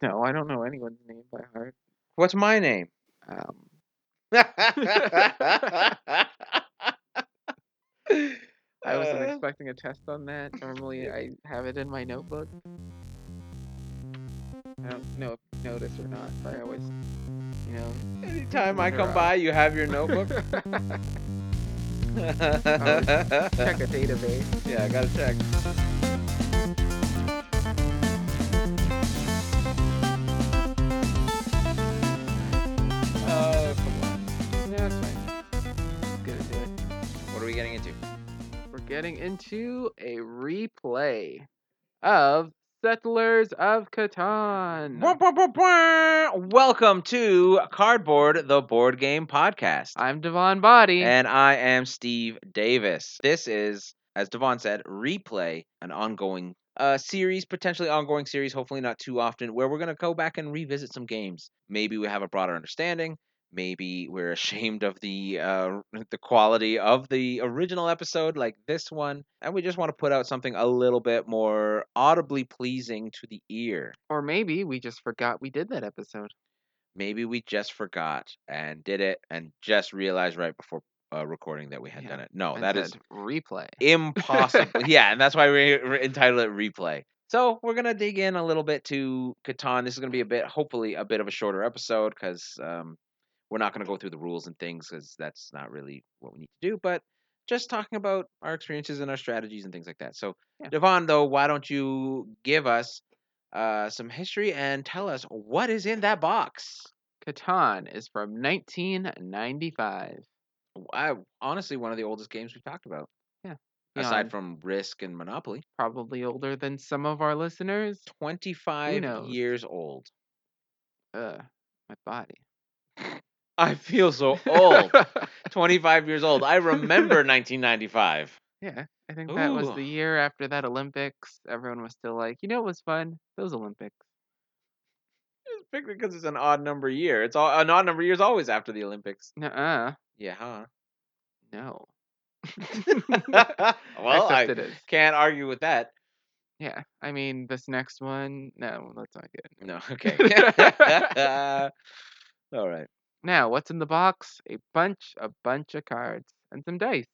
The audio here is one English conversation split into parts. No, I don't know anyone's name by heart. What's my name? Um, I wasn't Uh, expecting a test on that. Normally, I have it in my notebook. I don't know if you notice or not, but I always, you know, Anytime I They're come out. by, you have your notebook. Uh. check a database. Yeah, I gotta check. Oh, come on. No, it's fine. It's gonna do it. What are we getting into? We're getting into a replay of Settlers of Catan. Bwah, bwah, bwah, bwah. Welcome to Cardboard, the board game podcast. I'm Devon Body. And I am Steve Davis. This is, as Devon said, replay, an ongoing uh, series, potentially ongoing series, hopefully not too often, where we're going to go back and revisit some games. Maybe we have a broader understanding. Maybe we're ashamed of the uh, the quality of the original episode, like this one, and we just want to put out something a little bit more audibly pleasing to the ear. or maybe we just forgot we did that episode. Maybe we just forgot and did it, and just realized right before uh, recording that we had Yeah, done it. No, and Oh, that is said replay. impossible. yeah, and that's why we re- entitled it replay. So we're gonna dig in a little bit to Catan. This is gonna be a bit, hopefully, a bit of a shorter episode because um, we're not gonna go through the rules and things because that's not really what we need to do. But just talking about our experiences and our strategies and things like that. So Yeah. Devon, though, why don't you give us uh, some history and tell us what is in that box? Catan is from 1995. I, honestly, one of the oldest games we've talked about, Beyond- aside from Risk and Monopoly. probably older than some of our listeners. 25 knows? years old. Ugh, my body. I feel so old. 25 years old. I remember 1995. yeah, I think that was Ooh. the year after that Olympics. Everyone was still like, you know, it was fun. Those Olympics. It's picked because it's an odd number year. It's all, an odd number year is always after the Olympics. Nuh-uh. Yeah, huh? No. well, Except I it is. can't argue with that. Yeah. I mean, this next one. No, that's not good. No, okay. all right. Now, what's in the box? A bunch, a bunch of cards and some dice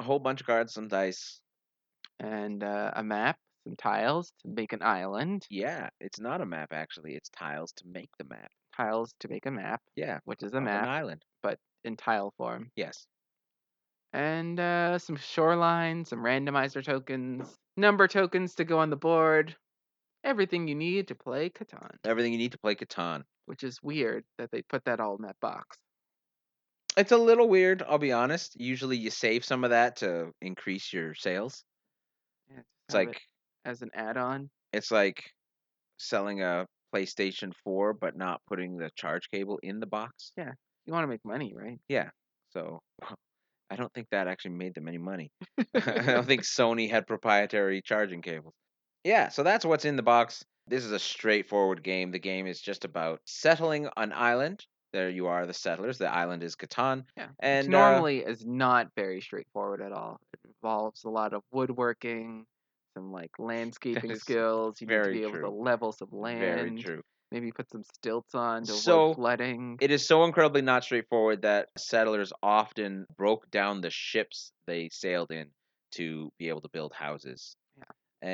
A whole bunch of cards, some dice. and uh, a map, some tiles to make an island, Yeah, it's not a map actually. It's tiles to make the map. tiles to make a map, Yeah, which is a of an map island. in tile form. Yes. and uh, some shoreline, some randomizer tokens, number tokens to go on the board. Everything you need to play Catan, Everything you need to play Catan. which is weird that they put that all in that box. It's a little weird, I'll be honest. Usually you save some of that to increase your sales. Yeah, just It's have it like as an add-on. it's like selling a PlayStation 4 but not putting the charge cable in the box. You want to make money, right? So I don't think that actually made them any money. I don't think Sony had proprietary charging cables. Yeah, so that's what's in the box. This is a straightforward game. The game is just about settling an island. There you are, the settlers. The island is Catan. Yeah, And Which uh, normally is not very straightforward at all. It involves a lot of woodworking, some like landscaping is skills. You need to very be able to true. level some land. very true. Maybe put some stilts on to So, avoid flooding. It is so incredibly not straightforward that settlers often broke down the ships they sailed in to be able to build houses. Yeah.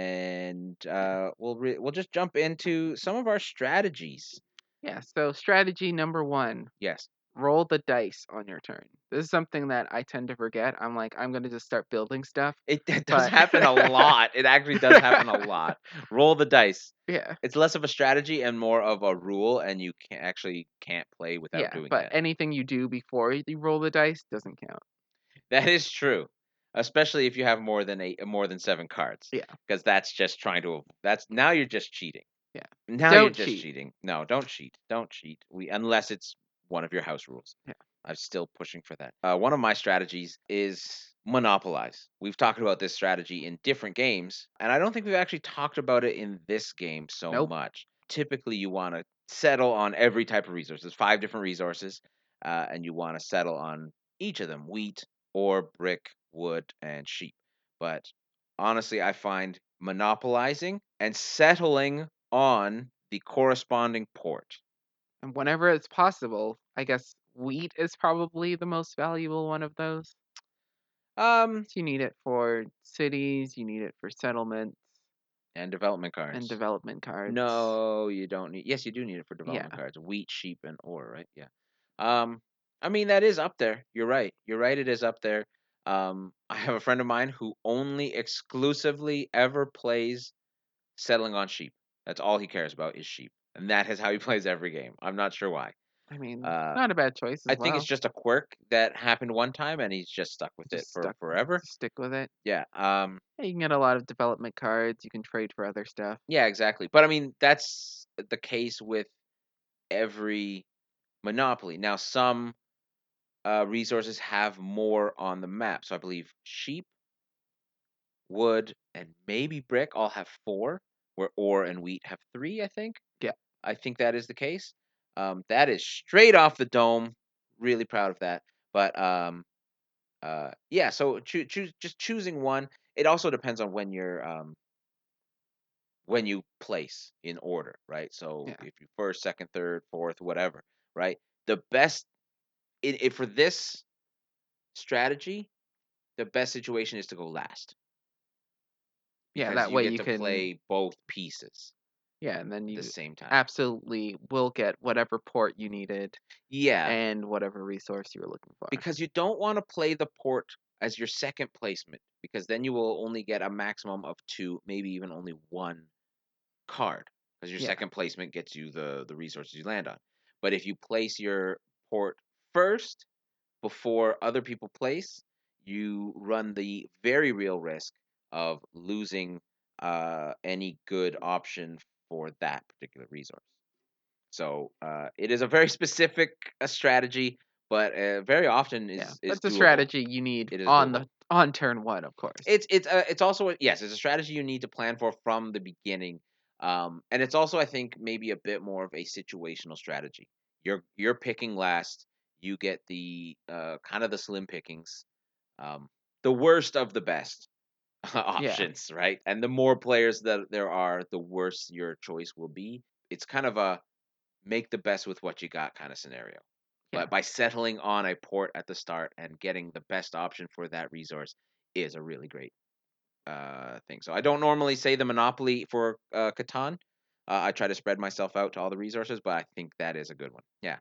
And uh, we'll re- we'll just jump into some of our strategies. yeah. So strategy number one: Yes. roll the dice on your turn. This is something that I tend to forget. I'm like, I'm gonna just start building stuff. It, it does But- happen a lot. It actually does happen a lot. Roll the dice. Yeah, It's less of a strategy and more of a rule, and you can actually can't play without yeah. doing But that. anything you do before you roll the dice doesn't count. That is true, especially if you have more than eight, more than seven cards. Yeah. because that's just trying to. av- That's now you're just cheating. Yeah. now you're Don't just cheat. cheating. No, don't cheat. Don't cheat. We unless it's one of your house rules. Yeah. I'm still pushing for that. Uh, one of my strategies is monopolize. We've talked about this strategy in different games, and I don't think we've actually talked about it in this game so Nope. much. Typically, you want to settle on every type of resource. There's five different resources, uh, and you want to settle on each of them: wheat, or brick, wood, and sheep. But honestly, I find monopolizing and settling on the corresponding port. And whenever it's possible, I guess wheat is probably the most valuable one of those. Um, You need it for cities, you need it for settlements and development cards. and development cards. No, you don't need. Yes, you do need it for development cards. Wheat, sheep, and ore. Right. Yeah. Um, I mean that is up there. You're right. You're right. It is up there. Um, I have a friend of mine who only exclusively ever plays settling on sheep. That's all he cares about is sheep, and that is how he plays every game. I'm not sure why. I mean, Uh, not a bad choice. I think it's just a quirk that happened one time, and he's just stuck with Just it for stuck with forever. stick with it. Yeah. Um. Yeah, You can get a lot of development cards. You can trade for other stuff. Yeah, exactly. But I mean, that's the case with every monopoly. Now, some uh, resources have more on the map. So I believe sheep, wood, and maybe brick all have four, where ore and wheat have three, I think. Yeah. I think that is the case. Um, that is straight off the dome. Really proud of that. But um, uh, yeah, so choo- choose just choosing one. It also depends on when you're um, when you place in order, right? So Yeah. if you first, second, third, fourth, whatever, right? The best it, it for this strategy, the best situation is to go last. Yeah, because that way get you to can. play both pieces yeah, and then at you the same time. absolutely will get whatever port you needed yeah, and whatever resource you were looking for. because you don't want to play the port as your second placement because then you will only get a maximum of two, maybe even only one card because your Yeah. second placement gets you the the resources you land on. But if you place your port first before other people place, you run the very real risk of losing uh, any good option for that particular resource. So uh, it is a very specific uh, strategy, but uh, very often is, yeah, is that's a doable. strategy you need It is on doable. the on turn one, of course. It's it's uh, it's also a- yes, it's a strategy you need to plan for from the beginning, um, and it's also I think maybe a bit more of a situational strategy. You're you're picking last. You get the uh, kind of the slim pickings, um, the worst of the best options, right? And the more players that there are, the worse your choice will be. It's kind of a make the best with what you got kind of scenario. Yeah. But by settling on a port at the start and getting the best option for that resource is a really great uh, thing. So I don't normally say the monopoly for uh, Catan. Uh, I try to spread myself out to all the resources, but I think that is a good one. Yeah.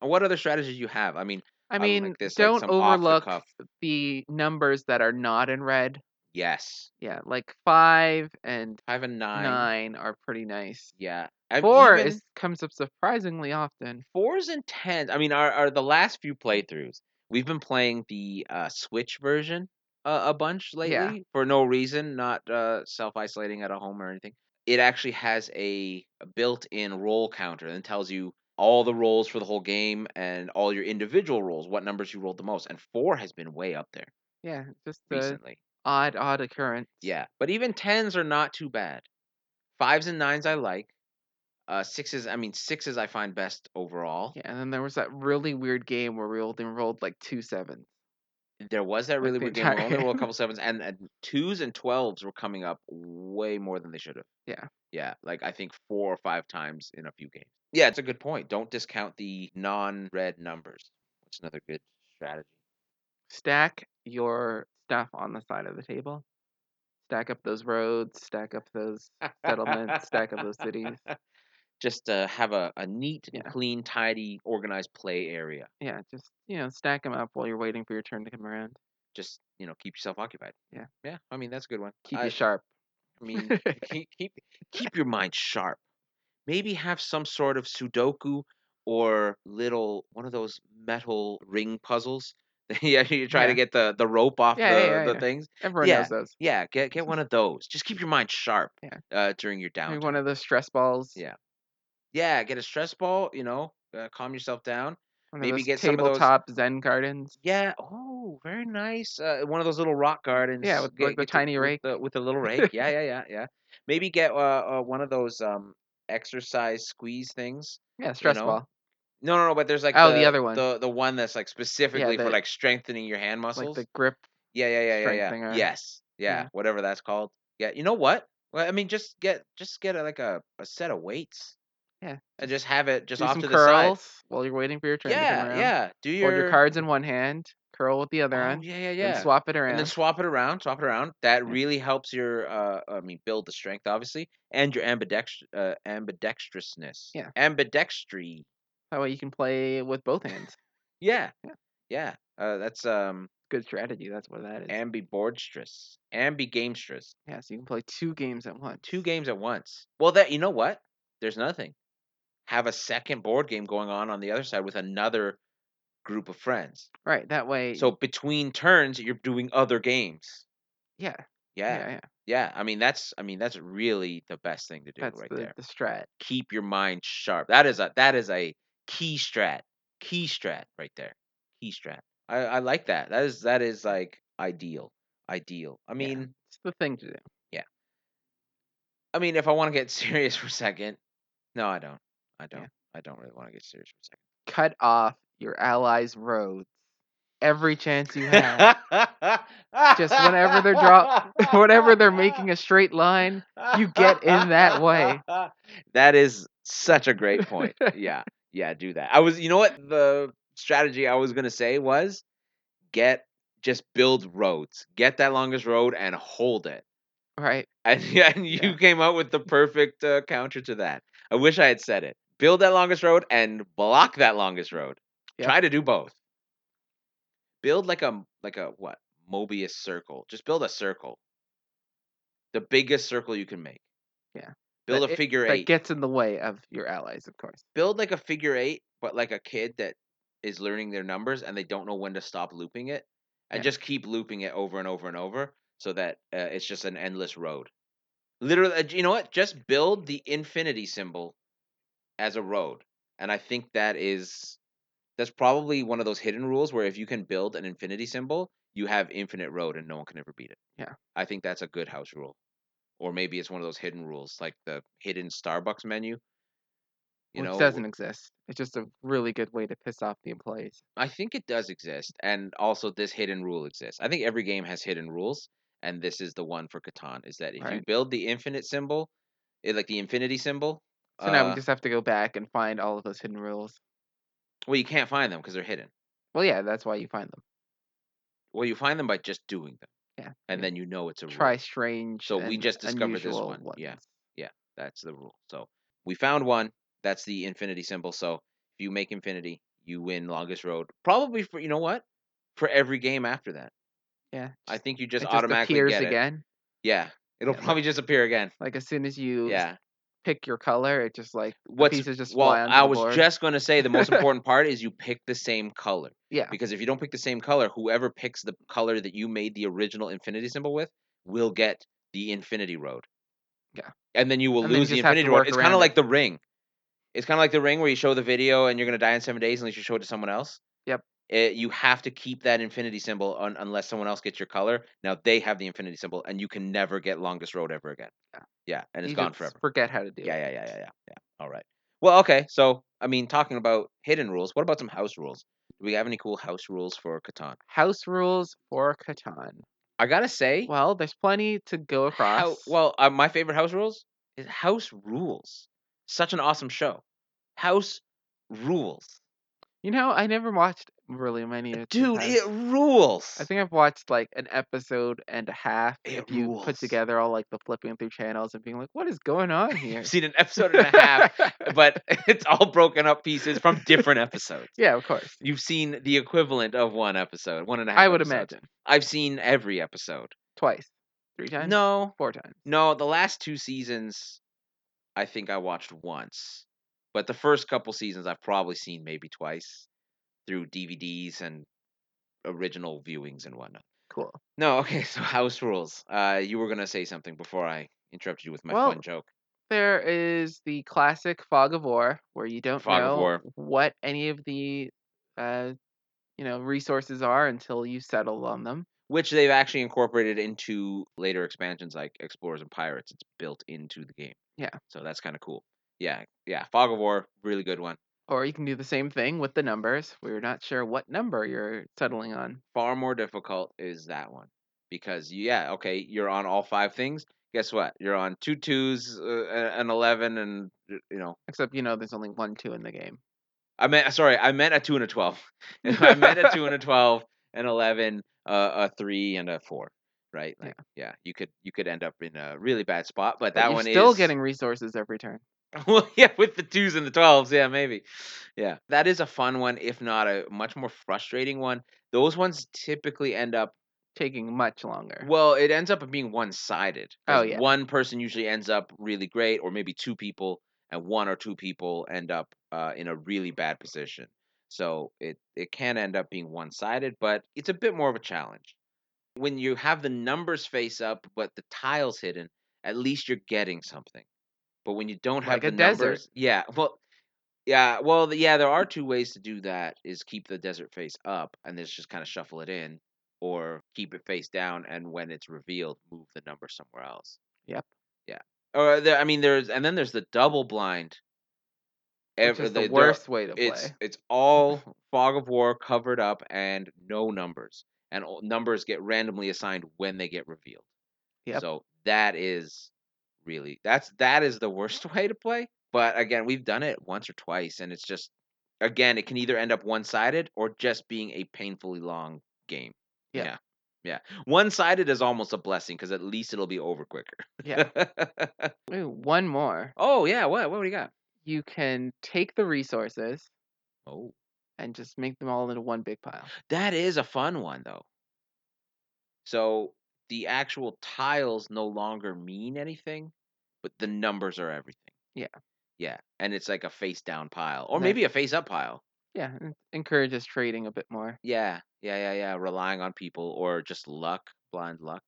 And what other strategies you have? I mean, I I like mean, this, like, don't some off the overlook cuff. the numbers that are not in red. yes, Yeah, like five and five and nine, nine. are pretty nice. Yeah. I've Four even- is comes up surprisingly often. fours and tens. I mean, our, our the last few playthroughs, we've been playing the uh, Switch version uh, a bunch lately Yeah. for no reason, not uh, self isolating at a home or anything. It actually has a built in roll counter and tells you all the rolls for the whole game and all your individual rolls, what numbers you rolled the most. And four has been way up there Yeah, just the recently. odd, odd occurrence. Yeah, but even tens are not too bad. Fives and nines I like. Uh, sixes, I mean sixes, I find best overall. Yeah, and then there was that really weird game where we only rolled like two sevens. there was that Like really the weird game. where entire Only rolled a game. couple sevens, and, and twos and twelves were coming up way more than they should have. Yeah. yeah, like I think four or five times in a few games. Yeah, it's a good point. Don't discount the non-red numbers. That's another good strategy. Stack your stuff on the side of the table. Stack up those roads. Stack up those. Settlement, stack of those cities. Just uh, have a, a neat, and Yeah. clean, tidy, organized play area. Yeah, just you know, stack them up while you're waiting for your turn to come around. Just you know, keep yourself occupied. Yeah. yeah. I mean, that's a good one. Keep I- you sharp. I mean, keep keep keep your mind sharp. Maybe have some sort of Sudoku or little one of those metal ring puzzles. yeah, you try to Yeah. get the the rope off Yeah, the yeah, yeah, the yeah. things. Everyone knows those. Yeah, get get one of those. Just keep your mind sharp. Yeah. Uh, during your Maybe downtime. one of those stress balls. Yeah. Yeah, get a stress ball. You know, uh, calm yourself down. One Maybe of those get some of those- tabletop Zen gardens. Yeah. Oh, very nice. Uh, one of those little rock gardens. with, like, the to- tiny with rake. the, with the little rake. Yeah, yeah, yeah, yeah. Maybe get uh, uh one of those um exercise squeeze things. Yeah, stress know, ball. No, no, no. But there's like Oh, the other one. the the one that's like specifically for the- like strengthening your hand Like muscles. the grip. yeah, yeah, yeah, yeah, strength yeah. thing or- Yes, yeah, yeah. uh, whatever that's called. Yeah, you know what? Well, I mean, just get just get a, like a, a set of weights. Yeah, and just have it just do off some to the side. curls while you're waiting for your turn to come Yeah, around. yeah. Do your Hold your cards in one hand, curl with the Oh, other yeah, hand, yeah, and yeah. swap it around. and then swap it around, swap it around. That really helps your, uh, I mean, build the strength, obviously, and your ambidext- uh, ambidextrousness. Yeah. Ambidextry. that way you can play with both hands. Yeah. Yeah. Yeah. Uh, that's um Good strategy. That's what that is. ambibordstress, ambigamestress. yeah, so you can play two games at once. Two games at once. Well, that you know what? There's nothing. Have a second board game going on on the other side with another group of friends. Right. That way. So between turns, you're doing other games. yeah, yeah, Yeah. yeah. Yeah, I mean that's I mean that's really the best thing to do That's right the, there. the strat. Keep your mind sharp. That is a that is a key strat. Key strat right there. Key strat. I, I like that. That is that is like ideal. Ideal. I mean It's the thing to do. I mean if I want to get serious for a second. No, I don't. I Yeah. don't. I don't really want to get serious for a second. Cut off your allies' roads every chance you have. Just whenever they're draw- Whenever they're making a straight line, you get in that way. That is such a great point. yeah. Yeah, do that. I was you know what the strategy I was going to say was get just build roads. Get that longest road and hold it. right? And, yeah, and you Yeah. came up with the perfect uh, counter to that. I wish I had said it. Build that longest road and block that longest road. Yeah. Try to do both. Build like a like a what? Mobius circle. Just build a circle. The biggest circle you can make. Yeah. Build That a it- figure That eight. gets in the way of your allies, of course. build like a figure eight, but like a kid that is learning their numbers and they don't know when to stop looping it, and Yeah. just keep looping it over and over and over, so that uh, it's just an endless road. Literally, uh, you know what? Just build the infinity symbol as a road, and I think that is that's probably one of those hidden rules where if you can build an infinity symbol, you have infinite road and no one can ever beat it. Yeah. I think that's a good house rule. Or maybe it's one of those hidden rules, like the hidden Starbucks menu. You which know, doesn't exist. It's just a really good way to piss off the employees. I think it does exist, and also this hidden rule exists. I think every game has hidden rules, and this is the one for Catan. Is that if you Right. build the infinite symbol, eh, like the infinity symbol, So now uh, we just have to go back and find all of those hidden rules. well, you can't find them because they're hidden. Well, yeah, that's why you find them. Well, you find them by just doing them, Yeah. and you then you know it's a try rule. strange. So we and just discovered this unusual one, yeah. ones. That's the rule. So we found one. That's the infinity symbol. So if you make infinity, you win longest road. Probably for you know what, for every game after that. Yeah. I just- think you just it automatically appears get it. again. Yeah, it'll Yeah, like- probably just appear again. Like as soon as you s- Yeah. pick your color, it just like the What's pieces just well, fly onto I the was board. just gonna say the most important part is you pick the same color yeah. because if you don't pick the same color, whoever picks the color that you made the original infinity symbol with will get the infinity road. Yeah. and then you will And then you lose the just have to infinity work road. It's kind around it. of like the ring. It's kind of like the ring where you show the video and you're gonna die in seven days unless you show it to someone else. Yep. Eh, you have to keep that infinity symbol un- unless someone else gets your color. Now they have the infinity symbol, and you can never get longest road ever again. Yeah. yeah, and it's you gone just forever. Forget how to do Yeah, it. yeah, yeah, yeah, yeah, yeah. All right. Well, okay. So, I mean, talking about hidden rules, what about some house rules? Do we have any cool house rules for Catan? House rules for Catan. I gotta say, Well, there's plenty to go across. how, well, uh, my favorite house rules is House Rules. Such an awesome show. House Rules, you know, I never watched really many of dude, Catan. it rules. I think I've watched like an episode and a half. It if you put rules. together all like the flipping through channels and being like, what is going on here? I've seen an episode and a half, but it's all broken up pieces from different episodes. yeah, of course. You've seen the equivalent of one episode, one and a half. I would episodes. imagine I've seen every episode. twice, three times, No, four times. No, the last two seasons, I think I watched once, but the first couple seasons I've probably seen maybe twice through DVDs and original viewings and whatnot. Cool. No, okay, so house rules. Uh, you were gonna say something before I interrupted you with my Well, fun joke. There is the classic fog of war where you don't Fog of know War. what any of the, uh, you know, resources are until you settle on them. Which they've actually incorporated into later expansions like Explorers and Pirates. It's built into the game. Yeah. So that's kind of cool. Yeah, yeah. Fog of War, really good one. Or you can do the same thing with the numbers. We're not sure what number you're settling on. far more difficult is that one because yeah okay you're on all five things guess what? You're on two twos, uh, a- an eleven, and you know. Except you know, there's only one two in the game. I meant uh, sorry, I meant a two and a twelve. I meant a two and a twelve, an eleven, uh, a three, and a four. Right? Like, yeah. You could you could end up in a really bad spot, But but that you're one still is getting resources every turn. well, yeah, with the twos and the twelves, yeah, maybe. Yeah, that is a fun one, if not a much more frustrating one. Those ones typically end up. Taking much longer. Well, it ends up being one-sided. Oh, 'cause yeah. One person usually ends up really great, or maybe two people, and one or two people end up uh, in a really bad position. So it it can end up being one-sided, but it's a bit more of a challenge. When you have the numbers face up, but the tiles hidden, at least you're getting something. But when you don't have Like a the desert. numbers, yeah, well, yeah, well, th- yeah, there are two ways to do that: is keep the desert face up and then just kind of shuffle it in, or keep it face down and when it's revealed, move the number somewhere else. Yep. Yeah. Or there, I mean, there's and then there's the double blind. Which Ev- is the there- worst way to play. It's it's all fog of war covered up and no numbers, and all- numbers get randomly assigned when they get revealed. Yep. So that is really that's that is the worst way to play. But again, we've done it once or twice, and it's just again, it can either end up one sided or just being a painfully long game. Yep. Yeah. Yeah. One sided is almost a blessing because at least it'll be over quicker. Yeah. Ooh, one more. oh yeah, what what do you got? You can take the resources Oh. and just make them all into one big pile. That is a fun one though. So the actual tiles no longer mean anything, but the numbers are everything. Yeah. Yeah. And it's like a face down pile. Or Nice. maybe a face up pile. Yeah, and it encourages trading a bit more. Yeah. Yeah. Yeah. Yeah. Relying on people or just luck, blind luck,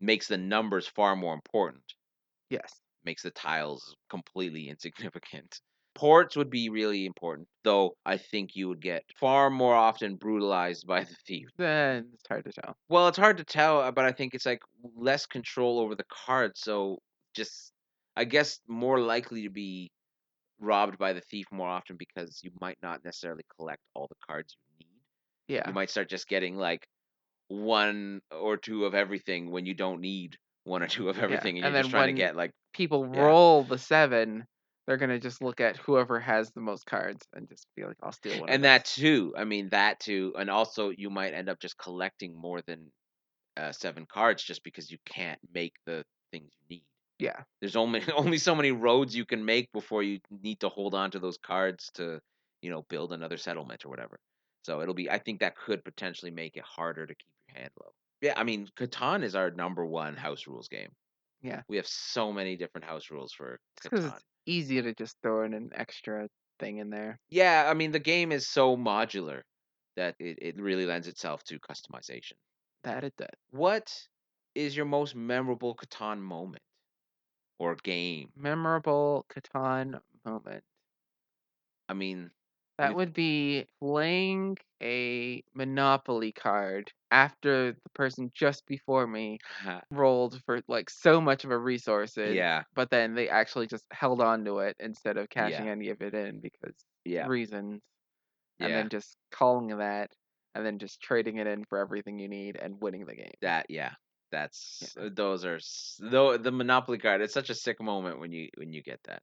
makes the numbers far more important, Yes. makes the tiles completely insignificant. Ports would be really important, though I think you would get far more often brutalized by the thief. Then it's hard to tell. Well, it's hard to tell, uh, but I think it's like less control over the card, so just I guess more likely to be robbed by the thief more often because you might not necessarily collect all the cards you need. Yeah. You might start just getting like one or two of everything when you don't need one or two of everything, and, and then you're just trying when- to get like People Yeah. roll the seven. They're gonna just look at whoever has the most cards and just be like, "I'll steal one." of and those." that too i mean that too and also you might end up just collecting more than uh, seven cards just because you can't make the things you need Yeah. there's only only so many roads you can make before you need to hold on to those cards to you know build another settlement or whatever so it'll be i think that could potentially make it harder to keep your hand low yeah i mean catan is our number one house rules game Yeah. we have so many different house rules for It's 'cause catan it's easy to just throw in an extra thing in there. yeah, I mean the game is so modular that it, it really lends itself to customization. That it does. What is your most memorable Catan moment or game? Memorable Catan moment. I mean, That We've- would be playing a Monopoly card after the person just before me rolled for like so much of a resource, in, yeah, but then they actually just held on to it instead of Yeah. cashing any of it in because yeah, reasons, and yeah. then just calling that, and then just trading it in for everything you need and winning the game. That yeah, that's uh, those are s- though the Monopoly card. It's such a sick moment when you when you get that.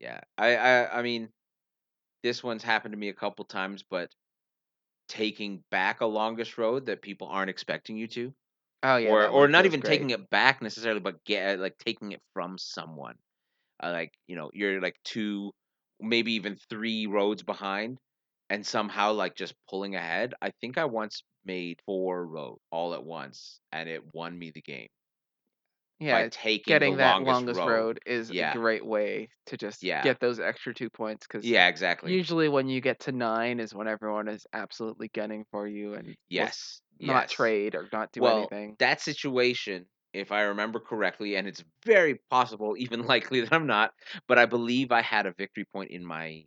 Yeah, I I I mean, this one's happened to me a couple times, but taking back a longest road that people aren't expecting you to. Oh yeah, or that or one not feels even great. taking it back necessarily, but get like taking it from someone. Uh, like you know, you're like two, maybe even three roads behind, and somehow like just pulling ahead. I think I once made four roads all at once, and it won me the game Yeah, by taking getting the that longest, road. is Yeah. a great way to just Yeah. get those extra two points because Yeah, exactly. usually when you get to nine is when everyone is absolutely gunning for you and will yes, not yes. trade or not do Well, anything. That situation, if I remember correctly, and it's very possible, even likely that I'm not, but I believe I had a victory point in my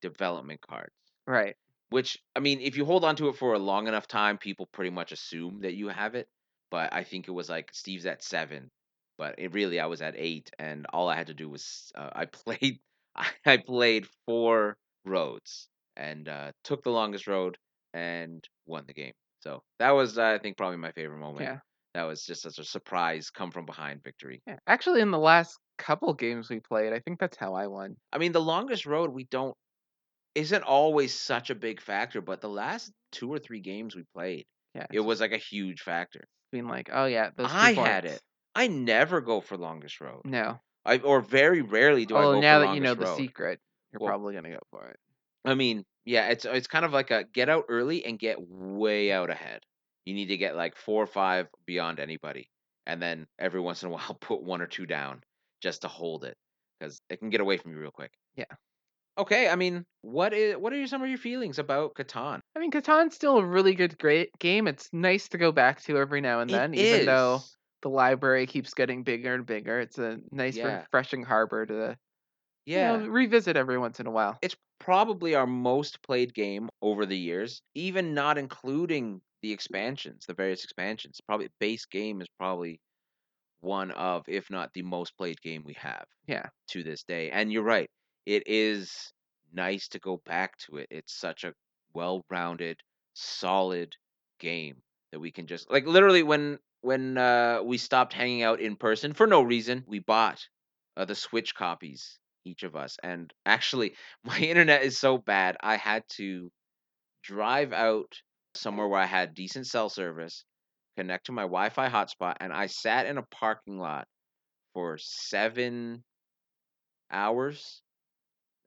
development cards. Right. Which I mean, if you hold on to it for a long enough time, people pretty much assume that you have it. But I think it was like Steve's at seven, but it really I was at eight, and all I had to do was uh, I played I played four roads and uh, took the longest road and won the game. So that was I think uh, probably my favorite moment Yeah. That was just such a surprise come from behind victory. Yeah. Actually, in the last couple games we played, I think that's how I won. I mean, the longest road we don't isn't always such a big factor, but the last two or three games we played, Yeah. it was like a huge factor. being like, oh yeah, those. two I had points. it. I never go for longest road. No. I or very rarely do I well, go Oh, now for that you know longest the road. secret, you're Well- probably gonna go for it. I mean, yeah, it's it's kind of like a get out early and get way out ahead. You need to get like four or five beyond anybody, and then every once in a while put one or two down just to hold it because it can get away from you real quick. Yeah. Okay, I mean, what is what are your- some of your feelings about Catan? I mean, Catan's still a really good great game. It's nice to go back to every now and It then, even though is- the library keeps getting bigger and bigger. It's a nice, Yeah. refreshing harbor to you yeah, know, revisit every once in a while. it's probably our most played game over the years, even not including the expansions, the various expansions. Probably base game is probably one of, if not the most played game we have. Yeah. To this day. And you're right. It is nice to go back to it. It's such a well rounded, solid game that we can just like literally when when uh we stopped hanging out in person for no reason, we bought uh, the Switch copies, each of us. And actually my internet is so bad i had to drive out somewhere where i had decent cell service connect to my wi-fi hotspot and i sat in a parking lot for seven hours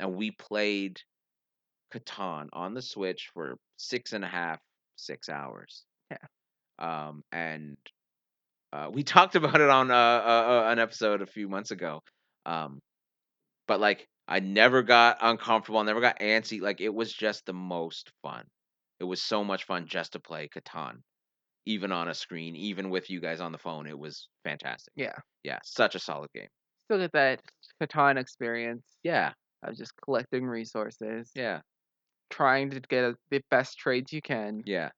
and we played catan on the switch for six and a half six hours Yeah. um and uh, we talked about it on uh, uh, uh, an episode a few months ago um but like I never got uncomfortable, never got antsy. Like it was just the most fun. It was so much fun just to play Catan, even on a screen, even with you guys on the phone. It was fantastic. Yeah. Yeah, such a solid game. Still get that Catan experience Yeah, of just collecting resources, yeah, trying to get a, the best trades you can, yeah,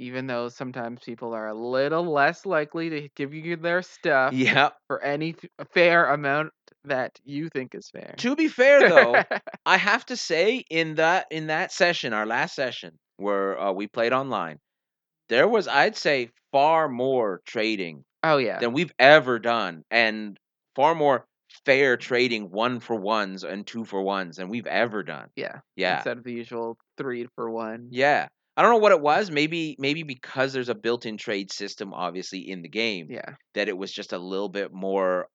even though sometimes people are a little less likely to give you their stuff yeah. for any f- fair amount that you think is fair. To be fair though, I have to say in that in that session, our last session where uh, we played online, there was I'd say far more trading oh yeah. than we've ever done, and far more fair trading one for ones and two for ones than we've ever done. Yeah. Yeah, Instead of the usual three for one. yeah. I don't know what it was. Maybe maybe because there's a built-in trade system, obviously in the game, Yeah. that it was just a little bit more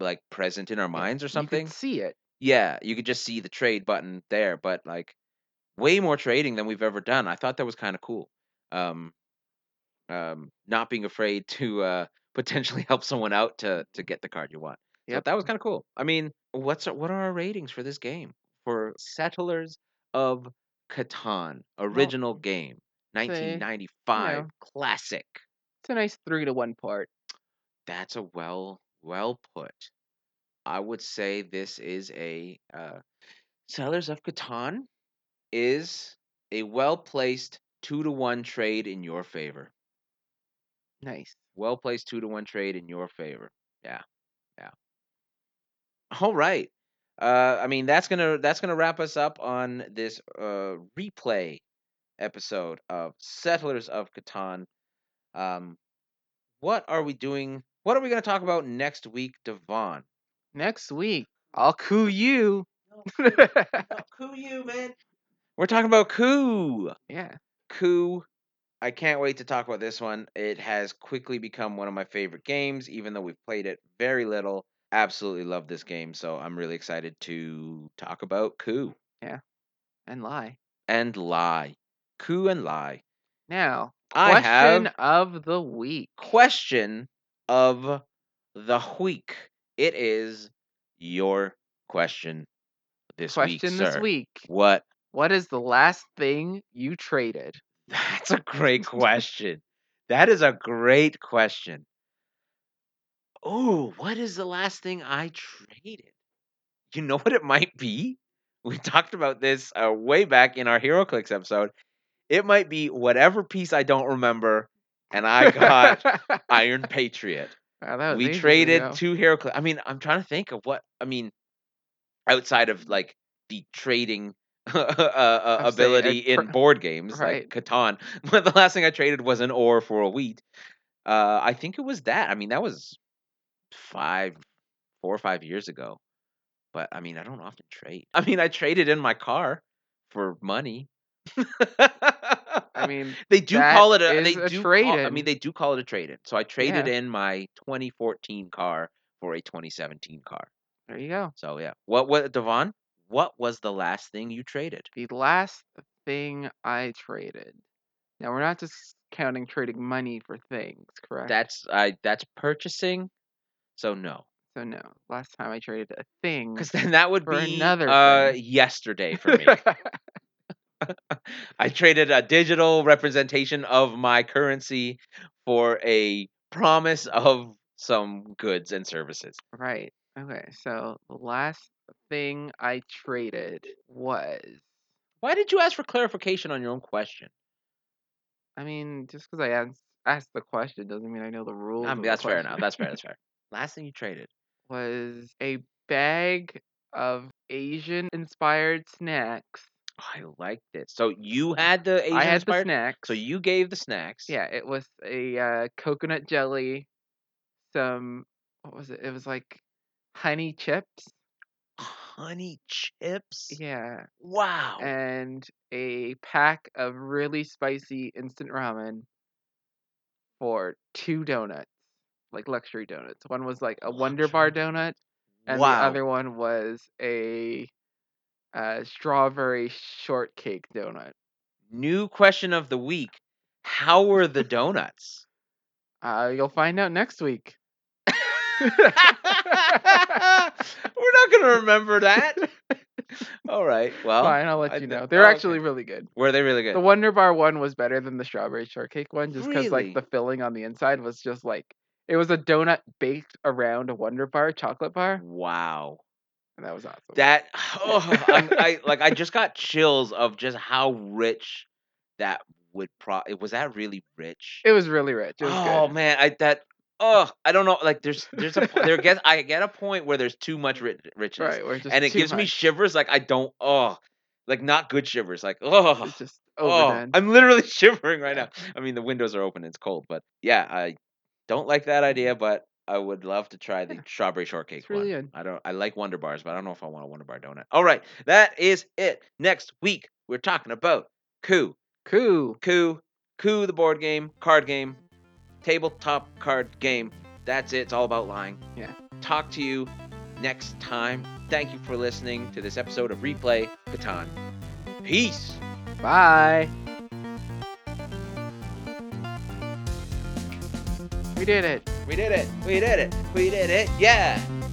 like present in our minds or You something. could see it. Yeah, you could just see the trade button there, but like way more trading than we've ever done. I thought that was kind of cool. Um, um, not being afraid to uh, potentially help someone out to to get the card you want. Yeah, Yep. that was kind of cool. I mean, what's our, what are our ratings for this game for Settlers of Catan original game, you 1995 know. classic? It's a nice three to one part. That's a well well put. I would say this is a uh, Sellers of Catan is a well placed two to one trade in your favor. Nice. Well placed two to one trade in your favor. Yeah, yeah. All right. Uh, I mean that's gonna that's gonna wrap us up on this uh, replay episode of Settlers of Catan. Um, what are we doing? What are we gonna talk about next week, Devon? Next week, I'll coo you. Coup you, man. We're talking about coup. yeah. Coup. I can't wait to talk about this one. It has quickly become one of my favorite games, even though we've played it very little. Absolutely love this game, so I'm really excited to talk about Coup And lie. and Lie. Coup and Lie. Now, I question have of the week. question of the week. It is your question this week, question this sir. week. What? What is the last thing you traded? That's a great question. That is a great question. Oh, what is the last thing I traded? You know what it might be? We talked about this uh, way back in our HeroClix episode. It might be whatever piece I don't remember, and I got Iron Patriot. Wow, that was We ages traded ago. two HeroClix. I mean, I'm trying to think of what. I mean, outside of like the trading uh, uh, I'm saying, uh, ability in pr- board games right. like Catan, but the last thing I traded was an ore for a wheat. Uh, I think it was that. I mean, that was five, four or five years ago. But I mean, I don't often trade. I mean, I traded in my car for money. I mean, they do that call it a is they a do Call, I trade-in. mean, they do call it a trade in. So I traded in my 2014 car for a 2017 car. there you go. So yeah, what what Devon? What was the last thing you traded? The last thing I traded. Now we're not just counting trading money for things, correct? That's I that's purchasing. So no, so no. Last time I traded a thing. because then that would Mm, For be another uh, thing. yesterday for me. I traded a digital representation of my currency for a promise of some goods and services. Right. Okay. So the last thing I traded was, Why did you ask for clarification on your own question? I mean, just because I asked, asked the question doesn't mean I know the rules. I of mean, the Um, that's fair question. enough. That's fair. That's fair. Last thing you traded. was a bag of Asian inspired snacks. I like this. So you had the Asian I had inspired. the snacks. So you gave the snacks. Yeah, it was a uh, coconut jelly, some what was it? It was like honey chips. Honey chips. Yeah, Wow. and a pack of really spicy instant ramen for two donuts, like luxury donuts. One was like a Wonder Bar donut, and wow. the other one was a uh, strawberry shortcake donut. New question of the week. How were the donuts? Uh, you'll find out next week. We're not going to remember that. All right. Well, Fine, I'll I let you know- know. They're oh, okay. actually really good. were they really good? The Wonder Bar one was better than the strawberry shortcake one, just because Really? like the filling on the inside was just like it was a donut baked around a Wonder Bar chocolate bar, wow. and that was awesome. That oh, I'm, I like I just got chills of just how rich that would pro it was that really rich? it was really rich. It was oh good. man, I that oh, I don't know like there's there's a there gets I get a point where there's too much rich, richness. Right, where it's just and it too gives me much. shivers. Like I don't, oh, like not good shivers. Like oh, it's just oh overdone. I'm literally shivering right Yeah. now. I mean, the windows are open. It's cold, but yeah, I don't like that idea. But I would love to try the Yeah. strawberry shortcake It's really one. good. I don't. I like Wonder Bars, but I don't know if I want a Wonder Bar donut. All right, that is it. Next week we're talking about coup, Cool. coup, coup, the board game, card game, tabletop card game. That's it. It's all about lying. Yeah. Talk to you next time. Thank you for listening to this episode of Replay Catan. Peace. Bye. We did it. We did it. We did it. We did it. Yeah.